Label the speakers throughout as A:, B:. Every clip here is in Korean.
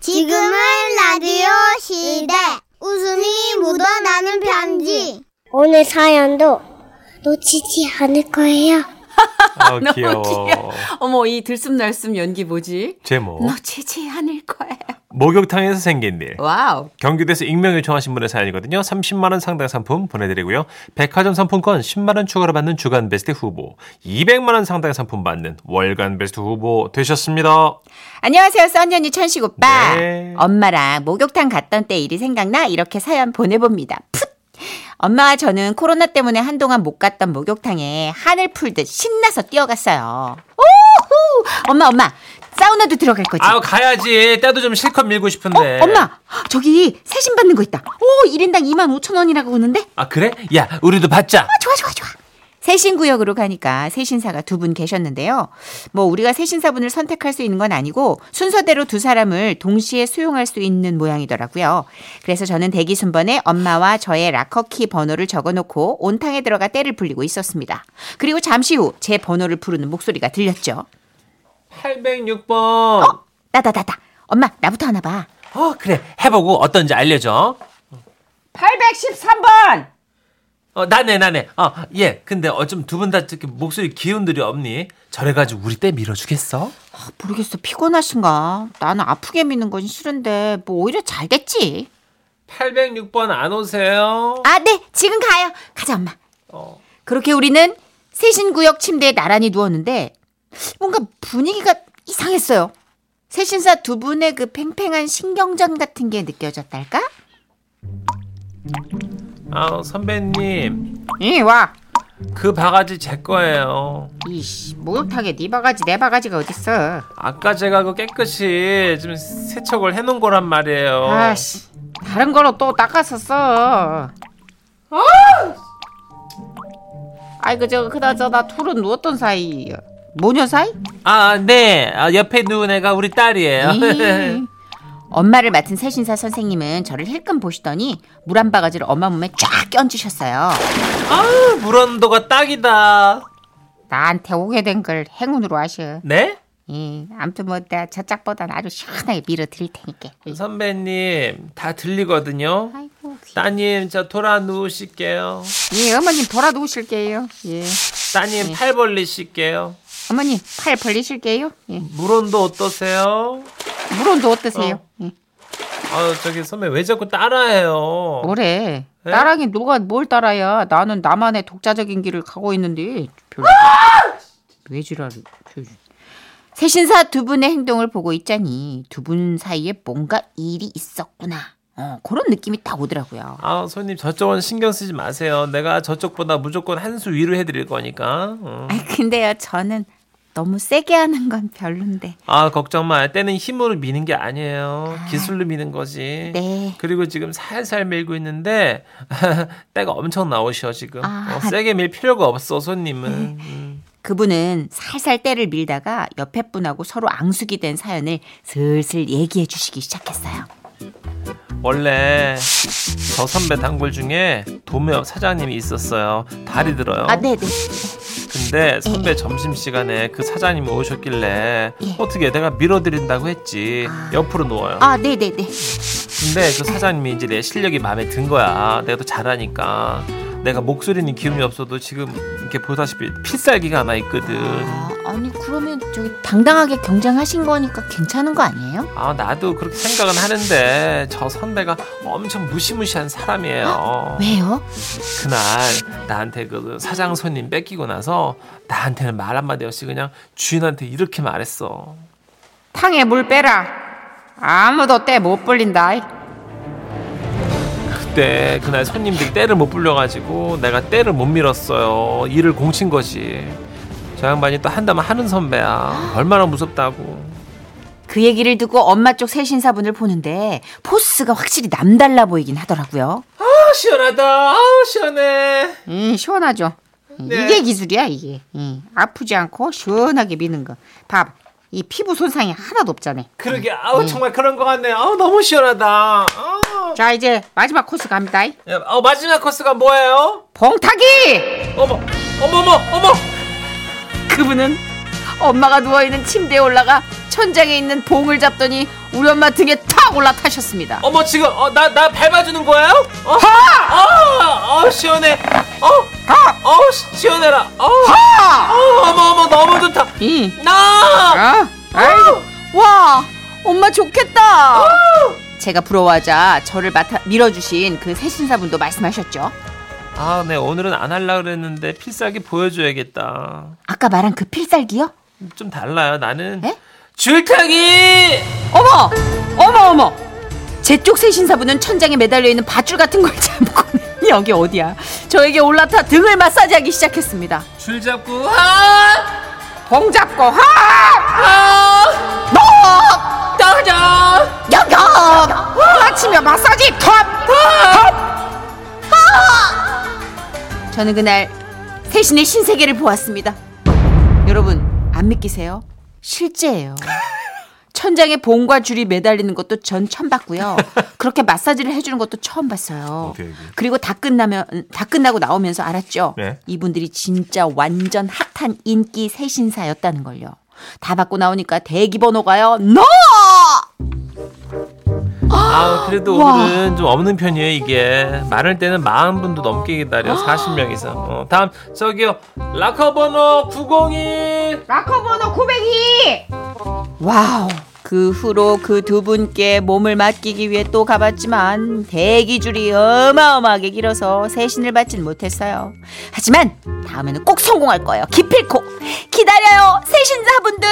A: 지금은 라디오 시대. 웃음이 묻어나는 편지.
B: 오늘 사연도 놓치지 않을 거예요.
C: 아,
D: 너무
C: 귀여워.
D: 귀여워. 어머 이 들숨날숨 연기 뭐지?
C: 제목
D: 놓치지 않을 거예요.
C: 목욕탕에서 생긴 일.
D: 와우.
C: 경기도에서 익명 요청하신 분의 사연이거든요. 30만 원 상당 상품 보내드리고요. 백화점 상품권 10만 원 추가로 받는 주간 베스트 후보, 200만 원 상당 상품 받는 월간 베스트 후보 되셨습니다.
D: 안녕하세요 써니언니 천식 오빠.
C: 네.
D: 엄마랑 목욕탕 갔던 때 일이 생각나 이렇게 사연 보내봅니다. 풋. 엄마와 저는 코로나 때문에 한동안 못 갔던 목욕탕에 하늘 풀듯 신나서 뛰어갔어요. 오호! 엄마 엄마 사우나도 들어갈 거지?
C: 아우 네. 가야지. 때도 좀 실컷 밀고 싶은데.
D: 어, 엄마 저기 세신 받는 거 있다. 오 1인당 2만 5천 원이라고 오는데?
C: 아 그래? 야 우리도 받자.
D: 좋아 좋아 좋아. 세신 구역으로 가니까 세신사가 두 분 계셨는데요. 뭐 우리가 세신사분을 선택할 수 있는 건 아니고 순서대로 두 사람을 동시에 수용할 수 있는 모양이더라고요. 그래서 저는 대기 순번에 엄마와 저의 락커키 번호를 적어놓고 온탕에 들어가 때를 불리고 있었습니다. 그리고 잠시 후 제 번호를 부르는 목소리가 들렸죠. 어,
C: 806번.
D: 나다다다. 엄마 나부터 하나 봐.
C: 어 그래. 해보고 어떤지 알려줘.
D: 813번.
C: 어 나네 나네. 어예 근데 어쩜 두 분 다 목소리 기운들이 없니? 저래가지고 우리 때 밀어주겠어?
D: 모르겠어 피곤하신가. 나는 아프게 미는 건 싫은데 뭐 오히려 잘 됐지.
C: 806번 안 오세요?
D: 아, 네. 지금 가요. 가자, 엄마.
C: 어.
D: 그렇게 우리는 세신구역 침대에 나란히 누웠는데 뭔가 분위기가 이상했어요. 세신사 두 분의 그 팽팽한 신경전 같은 게 느껴졌달까?
C: 아 선배님
D: 이 와.
C: 그 바가지 제 거예요.
D: 이씨, 목욕탕에 네 바가지 내 바가지가 어딨어.
C: 아까 제가 그 깨끗이 좀 세척을 해놓은 거란 말이에요.
D: 아씨, 다른 거로 또 닦았었어. 아이고 저 그나저나 둘은 누웠던 사이 모녀 사이?
C: 아 네, 아, 옆에 누운 애가 우리 딸이에요. 네.
D: 에이. 음. 엄마를 맡은 세신사 선생님은 저를 힐끔 보시더니 물 한 바가지를 엄마 몸에 쫙 얹으셨어요.
C: 아유 물 온도가 딱이다.
D: 나한테 오게 된 걸 행운으로 아셔.
C: 네?
D: 예, 아무튼 뭐 내가 저 짝보단 아주 시원하게 밀어 드릴 테니까.
C: 선배님 다 들리거든요.
D: 아이고 귀.
C: 따님 저 돌아 누우실게요.
D: 예, 어머님 돌아 누우실게요. 예,
C: 따님 팔 벌리실게요.
D: 어머님 팔 벌리실게요. 예,
C: 물 온도 어떠세요?
D: 물 온도 어떠세요? 예.
C: 아 저기 선배 왜 자꾸
D: 어,
C: 따라해요?
D: 뭐래?
C: 네?
D: 따라긴 누가 뭘 따라야? 나는 나만의 독자적인 길을 가고 있는데 별로 왜 지랄을? 세신사 두 분의 행동을 보고 있자니 두 분 사이에 뭔가 일이 있었구나. 어, 그런 느낌이 딱 오더라고요.
C: 아, 손님 저쪽은 신경 쓰지 마세요. 내가 저쪽보다 무조건 한 수 위로 해드릴 거니까. 어.
D: 아, 근데요, 저는 너무 세게 하는 건 별론데.
C: 아, 걱정 마. 때는 힘으로 미는 게 아니에요. 기술로 미는 거지.
D: 네.
C: 그리고 지금 살살 밀고 있는데 때가 엄청 나오셔 지금.
D: 아. 네.
C: 어, 세게 밀 필요가 없어 손님은. 음.
D: 그분은 살살 때를 밀다가 옆에 분하고 서로 앙숙이 된 사연을 슬슬 얘기해 주시기 시작했어요.
C: 원래 저 선배 단골 중에 도매업 사장님이 있었어요. 다리 들어요.
D: 아, 네네. 네.
C: 근데 선배 점심 시간에 그 사장님이 오셨길래
D: 예.
C: 어떻게 내가 밀어드린다고 했지. 옆으로 누워요.
D: 아, 네네네.
C: 근데 그 사장님이 이제 내 실력이 마음에 든 거야. 내가 또 잘하니까. 내가 목소리는 기운이 없어도 지금 이렇게 보다시피 필살기가 하나 있거든.
D: 아, 아니 그러면 저기 당당하게 경쟁하신 거니까 괜찮은 거 아니에요?
C: 아 나도 그렇게 생각은 하는데 저 선배가 엄청 무시무시한 사람이에요.
D: 아, 왜요?
C: 그날 나한테 그 사장 손님 뺏기고 나서 나한테는 말 한마디 없이 그냥 주인한테 이렇게 말했어.
D: 탕에 물 빼라. 아무도 때 못 불린다.
C: 그때 그날 손님들이 때를 못 불려가지고 내가 때를 못 밀었어요. 일을 공친 거지. 저 양반이 또 한다면 하는 선배야. 얼마나 무섭다고.
D: 그 얘기를 듣고 엄마 쪽 세신사분을 보는데 포스가 확실히 남달라 보이긴 하더라고요.
C: 아 시원하다. 아우 시원해.
D: 음 시원하죠.
C: 네.
D: 이게 기술이야 이게. 음, 아프지 않고 시원하게 미는 거. 봐봐. 이 피부 손상이 하나도 없잖아.
C: 그러게 아우 정말 그런 것 같네. 아우 너무 시원하다. 아우.
D: 자 이제 마지막 코스 갑니다.
C: 야, 어, 마지막 코스가 뭐예요?
D: 봉타기.
C: 어머 어머 어머 어머.
D: 그분은 엄마가 누워 있는 침대에 올라가 천장에 있는 봉을 잡더니 우리 엄마 등에 탁 올라타셨습니다.
E: 어머 지금 어, 나, 나 밟아주는 거예요? 어, 하! 어, 어, 시원해. 어,
D: 하!
E: 어, 시- 시원해라. 어,
D: 하!
E: 어, 어머, 어머, 너무 좋다.
D: 이.
E: 나!
D: 아, 아이고. 와, 엄마 좋겠다. 제가 부러워하자 저를 맡아 밀어주신 그 새신사분도 말씀하셨죠.
E: 아, 네, 오늘은 안 하려고 그랬는데 필살기 보여줘야겠다.
D: 아까 말한 그 필살기요?
E: 좀 달라요, 나는.
D: 에?
E: 줄타기!
D: 어머, 어머, 어머. 제쪽 새신사분은 천장에 매달려 있는 밧줄 같은 걸 잡고 여기 어디야? 저에게 올라타 등을 마사지하기 시작했습니다.
E: 줄 잡고, 하!
D: 봉 잡고 하! 너!
E: 따자!
D: 여겨! 아침에 마사지 컵! 컵! 어. 아! 저는 그날 세신의 신세계를 보았습니다. 여러분 안 믿기세요? 실제예요. 천장에 봉과 줄이 매달리는 것도 전 처음 봤고요. 그렇게 마사지를 해주는 것도 처음 봤어요.
C: 어디야, 이게?
D: 그리고 다 끝나면 다 끝나고 나오면서 알았죠.
C: 네.
D: 이분들이 진짜 완전 핫한 인기 새신사였다는 걸요. 다 받고 나오니까 대기 번호가요. 너!
E: 아, 그래도
D: 와.
E: 오늘은 좀 없는 편이에요, 이게. 많을 때는 40분도 넘게
D: 아.
E: 기다려, 40명 이상. 어, 다음, 저기요, 라커 번호 901!
D: 마커 번호 902. 와우. 그 후로 그 두 분께 몸을 맡기기 위해 또 가봤지만 대기 줄이 어마어마하게 길어서 세신을 받진 못했어요. 하지만 다음에는 꼭 성공할 거예요. 기필코 기다려요, 세신사분들.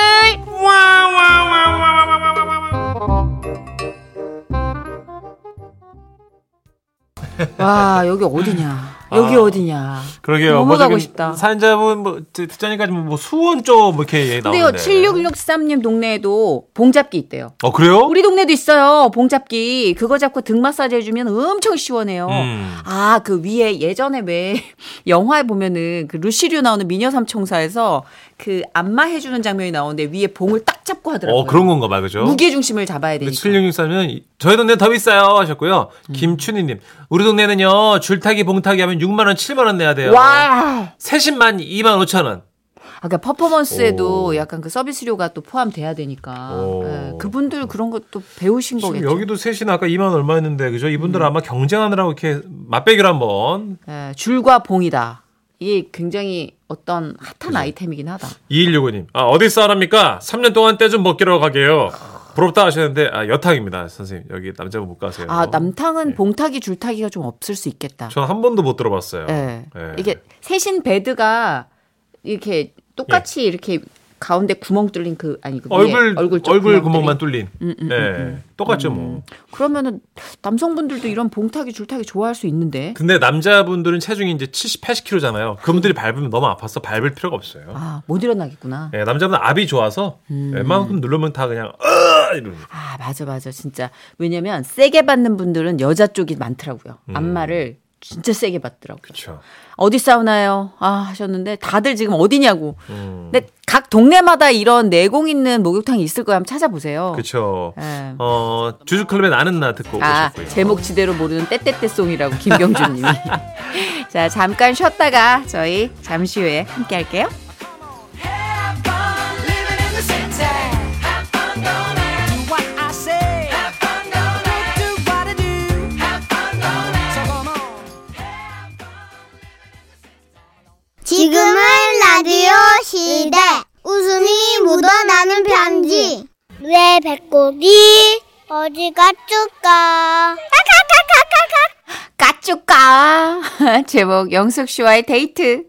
D: 와 여기 어디냐? 여기 어디냐?
C: 그러게요.
D: 너무
C: 뭐
D: 가고
C: 지금
D: 싶다.
C: 사연자분 뭐 듣- 듣자니까 뭐 수원 쪽뭐 이렇게
D: 근데요,
C: 나오는데.
D: 7663님 동네에도 봉잡기 있대요.
C: 어 그래요?
D: 우리 동네도 있어요. 봉잡기. 그거 잡고 등 마사지 해주면 엄청 시원해요.
C: 음.
D: 아, 그 위에 예전에 왜 영화에 보면은 그 루시류 나오는 미녀 삼총사에서 그 안마 해주는 장면이 나오는데 위에 봉을 딱 잡고 하더라고요.
C: 어 그런 건가 봐요, 그죠?
D: 무게 중심을 잡아야 되니까.
C: 7663은 그 저희 동네 더 비싸요 하셨고요. 김춘희님 우리 동네는요 줄타기 봉타기 하면 6만 원, 7만 원 내야 돼요.
D: 와.
C: 세신만 2만 5천 원.
D: 아, 그러니까 퍼포먼스에도
C: 오.
D: 약간 그 서비스료가 또 포함돼야 되니까
C: 오.
D: 예, 그분들 그런 것도 배우신
C: 지금
D: 거겠죠.
C: 여기도 세신 아까 2만 얼마였는데 그죠? 이분들 아마 경쟁하느라고 이렇게 맞배기로 한번
D: 예, 줄과 봉이다. 이게 굉장히 어떤 핫한 아이템이긴 하다.
C: 2165님 아 어디 싸랍니까? 3년 동안 때 좀 먹기로 가게요. 부럽다 하셨는데 아 여탕입니다 선생님 여기 남자분 못 가세요.
D: 아
C: 네.
D: 남탕은 봉타기 줄타기가 좀 없을 수 있겠다.
C: 전 한 번도 못 들어봤어요.
D: 예.
C: 예.
D: 이게 세신 베드가 이렇게 똑같이 이렇게 가운데 구멍 뚫린 그 아니 그 위에
C: 예. 얼굴
D: 얼굴
C: 얼굴,
D: 쪽
C: 구멍만
D: 뚫린. 음,
C: 뚫린. 예. 똑같죠 뭐.
D: 그러면은 남성분들도 이런 봉타기 줄타기 좋아할 수 있는데.
C: 근데 남자분들은 체중이 이제 70, 80kg잖아요. 그분들이 밟으면 너무 아파서 밟을 필요가 없어요.
D: 음. 아, 음. 못 일어나겠구나.
C: 예, 남자분은 압이 좋아서 웬만큼 누르면 다 그냥 으아 이러는.
D: 아, 맞아, 맞아. 진짜. 왜냐면, 세게 받는 분들은 여자 쪽이 많더라고요.
C: 음.
D: 안마를 진짜 세게 받더라고요.
C: 그렇죠.
D: 어디 싸우나요? 아, 하셨는데, 다들 지금 어디냐고.
C: 음.
D: 근데 각 동네마다 이런 내공 있는 목욕탕이 있을 거야. 한번 찾아보세요.
C: 그렇죠.
D: 예.
C: 어, 주주클럽의 나는 나 듣고
D: 아,
C: 오셨고요.
D: 제목 지대로 모르는 떼떼떼송이라고 김경준 님이. 자, 잠깐 쉬었다가 저희 잠시 후에 함께 할게요.
A: 지금은 라디오 시대. 웃음이 묻어나는 편지.
B: 왜 배꼽이 어디 갔을까?
D: 까쭈까. 제목 영숙 씨와의 데이트.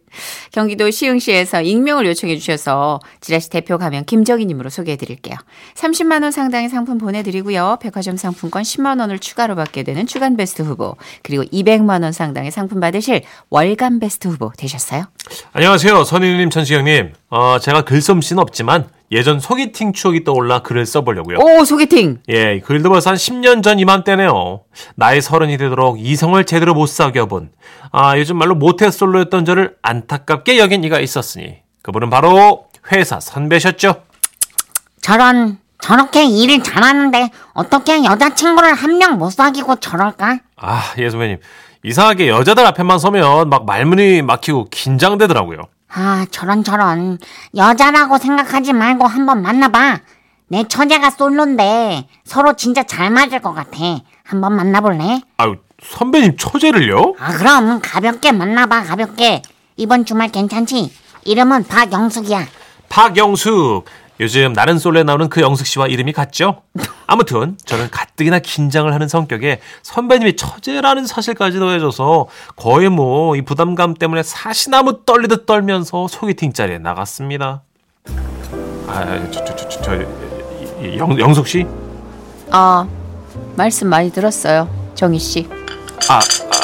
D: 경기도 시흥시에서 익명을 요청해 주셔서 지라시 대표 가면 김정희 님으로 소개해 드릴게요. 30만 원 상당의 상품 보내 드리고요. 백화점 상품권 10만 원을 추가로 받게 되는 주간 베스트 후보, 그리고 200만 원 상당의 상품 받으실 월간 베스트 후보 되셨어요?
C: 안녕하세요. 선희님, 천시경님. 어, 제가 글솜씨는 없지만 예전 소개팅 추억이 떠올라 글을 써보려고요.
D: 오, 소개팅.
C: 예, 글도 벌써 한 10년 전 이맘때네요. 나이 서른이 되도록 이성을 제대로 못 사귀어본, 아, 요즘 말로 모태솔로였던 저를 안타깝게 여긴 이가 있었으니, 그분은 바로 회사 선배셨죠.
F: 저런 저렇게 일을 잘하는데 어떻게 여자친구를 한 명 못 사귀고 저럴까?
C: 아, 예, 선배님. 이상하게 여자들 앞에만 서면 막 말문이 막히고 긴장되더라고요.
F: 아 저런 저런 여자라고 생각하지 말고 한번 만나봐. 내 처제가 솔로인데 서로 진짜 잘 맞을 것 같아. 한번 만나볼래?
C: 아유, 선배님 처제를요?
F: 아 그럼 가볍게 만나봐 가볍게. 이번 주말 괜찮지? 이름은 박영숙이야.
C: 박영숙. 요즘 나는 솔로에 나오는 그 영숙 씨와 이름이 같죠? 아무튼 저는 가뜩이나 긴장을 하는 성격에 선배님이 처제라는 사실까지 더해져서 거의 뭐 이 부담감 때문에 사시나무 떨리듯 떨면서 소개팅 자리에 나갔습니다. 아, 저, 저, 저, 저, 저 이- 이- 영, 영숙 씨?
D: 아, 말씀 많이 들었어요. 정희 씨.
C: 아,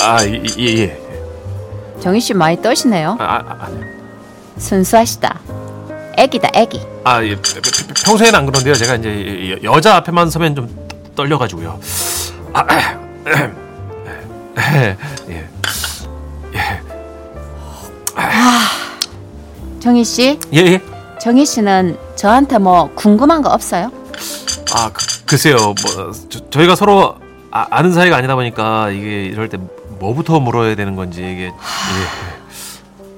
C: 아, 예, 예. 예.
D: 정희 씨 많이 떠시네요.
C: 아, 아,
D: 순수하시다. 애기다, 애기.
C: 아, 아, 예. 평소에는 안 그런데요. 제가 이제 여- 여자 앞에만 서면 좀 떨려가지고요. 아, 예.
D: 정희 씨,
C: 예, 예.
D: 정희 씨는 저한테 뭐 궁금한 거 없어요?
C: 아, 그, 글쎄요. 뭐 저, 저희가 서로 아, 아는 사이가 아니다 보니까 이게 이럴 때 뭐부터 물어야 되는 건지 이게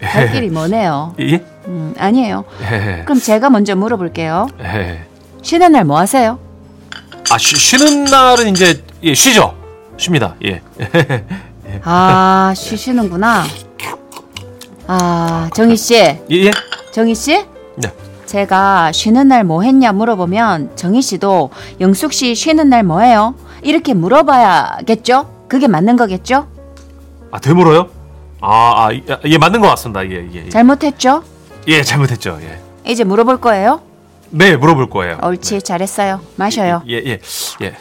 D: 갈 길이 뭐네요.
C: 예. 예?
D: 음, 아니에요.
C: 예.
D: 그럼 제가 먼저 물어볼게요.
C: 예.
D: 쉬는 날 뭐 하세요?
C: 아, 쉬, 쉬는 날은 이제 예, 쉬죠. 쉽니다. 예.
D: 아, 쉬시는구나. 아, 정희 씨,
C: 예, 예.
D: 정희 씨?
C: 네.
D: 제가 쉬는 날 뭐 했냐 물어보면 정희 씨도 영숙 씨 쉬는 날 뭐 해요? 이렇게 물어봐야겠죠? 그게 맞는 거겠죠?
C: 아, 되물어요? 아, 아, 이- 아, 예, 맞는 것 같습니다. 예, 예. 예.
D: 잘못했죠?
C: 예, 잘못했죠. 예.
D: 이제 물어볼 거예요?
C: 네, 물어볼 거예요.
D: 옳지, 잘했어요. 마셔요.
C: 예, 예. 예.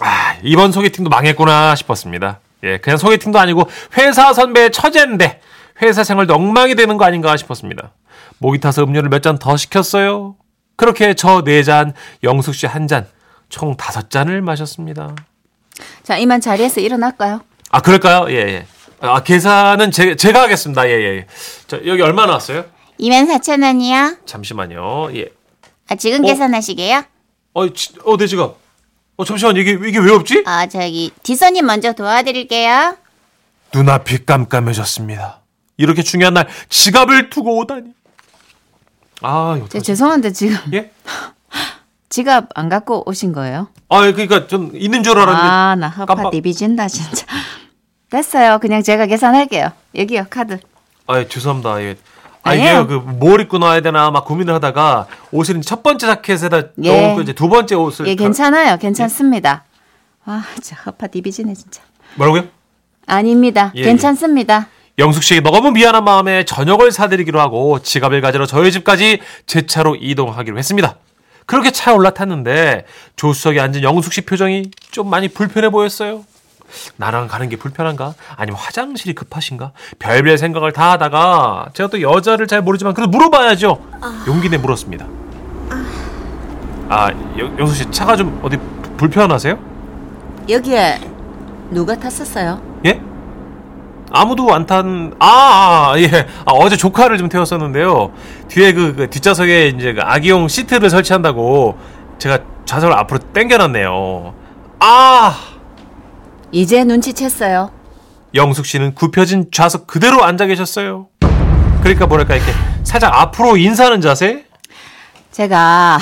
C: 아, 이번 소개팅도 망했구나 싶었습니다. 예, 그냥 소개팅도 아니고 회사 선배의 처제인데 회사 생활도 엉망이 되는 거 아닌가 싶었습니다. 목이 타서 음료를 몇 잔 더 시켰어요. 그렇게 저 네 잔, 영숙 씨 한 잔, 총 다섯 잔을 마셨습니다.
D: 자, 이만 자리에서 일어날까요?
C: 아, 그럴까요? 예, 예. 아, 계산은 제, 제가 하겠습니다. 예, 예. 예. 자, 여기 얼마 나왔어요?
B: 24,000원이요.
C: 잠시만요. 예.
B: 아, 지금 계산하시게요?
C: 어, 지, 어, 내 지갑. 어, 잠시만, 이게, 이게 왜 없지?
B: 아, 저기 디서님 먼저 도와드릴게요.
C: 눈앞이 깜깜해졌습니다. 이렇게 중요한 날 지갑을 두고 오다니. 아, 이거
D: 저,
C: 어떡하지?
D: 죄송한데 지금
C: 예?
D: 지갑 안 갖고 오신 거예요?
C: 아, 그러니까 좀 있는 줄 알았는데.
D: 아, 나 허파
C: 깜빡.
D: 디비진다 진짜. 됐어요. 그냥 제가 계산할게요. 여기요, 카드.
C: 아, 예, 죄송합니다. 예. 아,
D: 아니에요.
C: 이게 그뭘 입고 나와야 되나 막 고민을 하다가 옷을 첫 번째 자켓에다
D: 예.
C: 넣고 이제 두 번째 옷을
D: 예,
C: 그 가-
D: 괜찮아요. 괜찮습니다. 와, 진짜 허파 디비진해 진짜.
C: 뭐라고요?
D: 아닙니다.
C: 예,
D: 괜찮습니다.
C: 영숙 씨 너무 미안한 마음에 저녁을 사드리기로 하고 지갑을 가지러 저희 집까지 제 차로 이동하기로 했습니다. 그렇게 차에 올라탔는데 조수석에 앉은 영숙 씨 표정이 좀 많이 불편해 보였어요. 나랑 가는 게 불편한가? 아니면 화장실이 급하신가? 별별 생각을 다 하다가 제가 또 여자를 잘 모르지만 그래도 물어봐야죠. 용기 내 물었습니다. 아, 영- 영숙 씨 차가 좀 어디 부- 불편하세요?
D: 여기에 누가 탔었어요?
C: 예? 아무도 안 탄, 아, 아, 예. 아, 어제 조카를 좀 태웠었는데요. 뒤에 그, 그 뒷좌석에 이제 그 아기용 시트를 설치한다고 제가 좌석을 앞으로 당겨놨네요. 아!
D: 이제 눈치챘어요.
C: 영숙 씨는 굽혀진 좌석 그대로 앉아 계셨어요. 그러니까 뭐랄까, 이렇게 살짝 앞으로 인사하는 자세?
D: 제가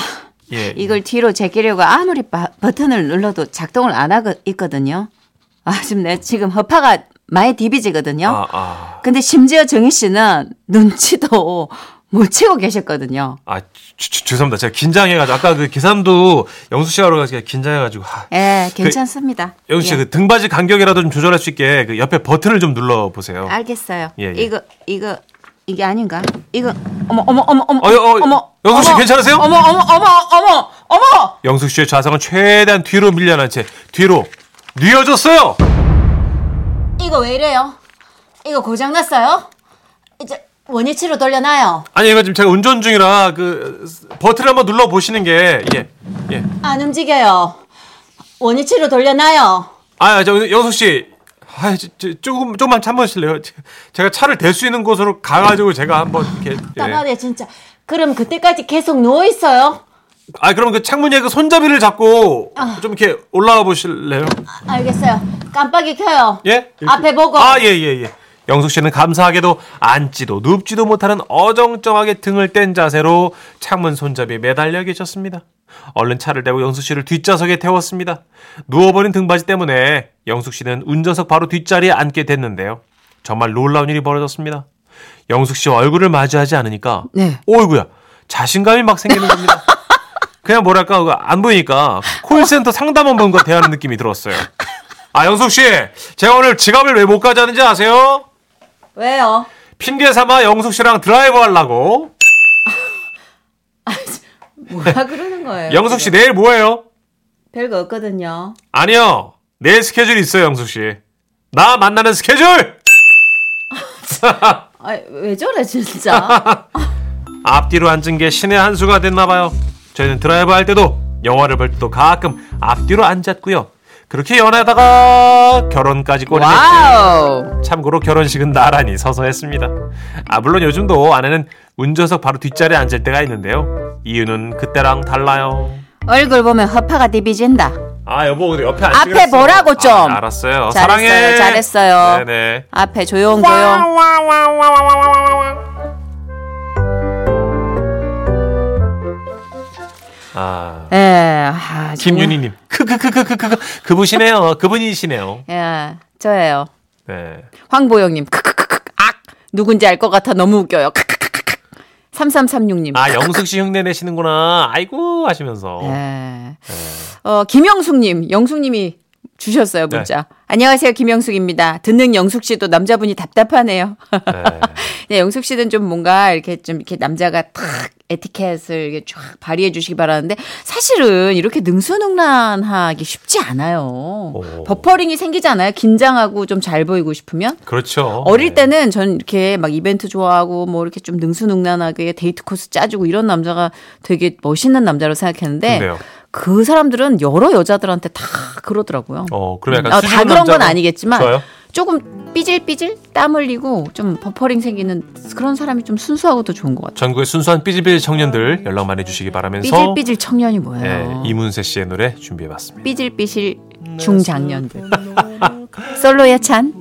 C: 예.
D: 네, 이걸 뒤로 제끼려고 아무리 바- 버튼을 눌러도 작동을 안 하고 있거든요. 아, 지금 내 지금 허파가 많이 디비지거든요.
C: 아, 아.
D: 근데 심지어 정희 씨는 눈치도 못 채고 계셨거든요.
C: 아, 주- 주- 죄송합니다. 제가 긴장해가지고, 아까 그 계산도 영숙 씨가 그러고 제가 긴장해가지고, 아,
D: 예, 괜찮습니다.
C: 영숙 씨,
D: 예,
C: 그 등받이 간격이라도 좀 조절할 수 있게 그 옆에 버튼을 좀 눌러보세요.
D: 아. 알겠어요.
C: 예, 예.
D: 이거 이거 이게 아닌가? 이거 어머 어머 어머 어머
C: 어, 어,
D: 어머
C: 영숙 씨
D: 어머,
C: 괜찮으세요?
D: 어머 어머 어머 어머 어머
C: 영숙 씨의 좌상은 최대한 뒤로 밀려난 채 뒤로 뉘어졌어요.
D: 이거 왜 이래요? 이거 고장 났어요? 이제 원위치로 돌려놔요.
C: 아니 이거 지금 제가 운전 중이라 그 버튼을 한번 눌러 보시는 게 예. 예.
D: 안 움직여요. 원위치로 돌려놔요.
C: 아, 저 영숙 씨. 아, 저, 저, 조금 조금만 참으실래요? 제- 제가 차를 댈 수 있는 곳으로 가 가지고 제가 한번 이렇게 예.
G: 아,
D: 나네 진짜. 그럼 그때까지 계속 누워 있어요.
C: 아, 그럼 그 창문에 그 손잡이를 잡고 좀 이렇게 올라와 보실래요?
D: 알겠어요. 깜빡이 켜요.
C: 예?
D: 앞에 보고.
C: 아, 예, 예, 예. 영숙 씨는 감사하게도 앉지도 눕지도 못하는 어정쩡하게 등을 뗀 자세로 창문 손잡이에 매달려 계셨습니다. 얼른 차를 대고 영숙 씨를 뒷좌석에 태웠습니다. 누워버린 등받이 때문에 영숙 씨는 운전석 바로 뒷자리에 앉게 됐는데요. 정말 놀라운 일이 벌어졌습니다. 영숙 씨 얼굴을 마주하지 않으니까
G: 네.
C: 오이구야 자신감이 막 생기는 겁니다. 그냥 뭐랄까 그거 안 보이니까 콜센터 상담원분과 대하는 느낌이 들었어요. 아 영숙 씨, 제가 오늘 지갑을 왜 못 가져왔는지 아세요?
G: 왜요?
C: 핑계 삼아 영숙 씨랑 드라이브 하려고.
G: 뭐라 그러는 거예요?
C: 영숙 씨 내일 뭐해요?
G: 별거 없거든요.
C: 아니요, 내일 스케줄 있어요 영숙 씨. 나 만나는 스케줄.
G: 아, 왜 저래 진짜?
C: 앞뒤로 앉은 게 신의 한 수가 됐나 봐요. 저희는 드라이브 할 때도 영화를 볼 때도 가끔 앞뒤로 앉았고요. 그렇게 연애하다가 결혼까지 꼬리냈죠.
G: 와우.
C: 참고로 결혼식은 나란히 서서 했습니다. 아 물론 요즘도 아내는 운전석 바로 뒷자리에 앉을 때가 있는데요. 이유는 그때랑 달라요.
G: 얼굴 보면 허파가 디비진다.
C: 아 여보 근데 옆에
G: 앞에
C: 앉으겠어.
G: 뭐라고 좀.
C: 아, 알았어요.
G: 잘했어요,
C: 사랑해.
G: 잘했어요.
C: 네네.
G: 앞에 조용조용.
C: 아
G: 예. 아, 정말.
C: 김윤희님 크크크크크크 그분이시네요. 그분이시네요.
G: 예. 저예요.
C: 네.
G: 황보영님. 크크크크. 악. 누군지 알 것 같아 너무 웃겨요. 크크크크. 3336님.
C: 아 영숙 씨 흉내 내시는구나. 아이고 하시면서.
G: 예. 어, 김영숙님, 영숙님이 주셨어요 문자. 안녕하세요 김영숙입니다. 듣는 영숙 씨도 남자분이 답답하네요. 네, 영숙 씨는 좀 뭔가 이렇게 좀 이렇게 남자가 탁 에티켓을 이렇게 쫙 발휘해 주시기 바라는데 사실은 이렇게 능수능란하기 쉽지 않아요. 버퍼링이 생기잖아요. 긴장하고 좀 잘 보이고 싶으면.
C: 그렇죠.
G: 어릴 네. 때는 전 이렇게 막 이벤트 좋아하고 뭐 이렇게 좀 능수능란하게 데이트 코스 짜주고 이런 남자가 되게 멋있는 남자로 생각했는데
C: 근데요?
G: 그 사람들은 여러 여자들한테 다 그러더라고요.
C: 어 그럼 약간
G: 아,
C: 수줍은
G: 다 그런 건
C: 남자로 뭐
G: 아니겠지만
C: 좋아요?
G: 조금 삐질삐질 땀 흘리고 좀 버퍼링 생기는 그런 사람이 좀 순수하고 더 좋은 것 같아요.
C: 전국의 순수한 삐질삐질 청년들 연락 많이 주시기 바라면서
G: 삐질삐질 청년이 뭐예요?
C: 예, 이문세 씨의 노래 준비해봤습니다.
G: 삐질삐질 중장년들. 솔로야 찬.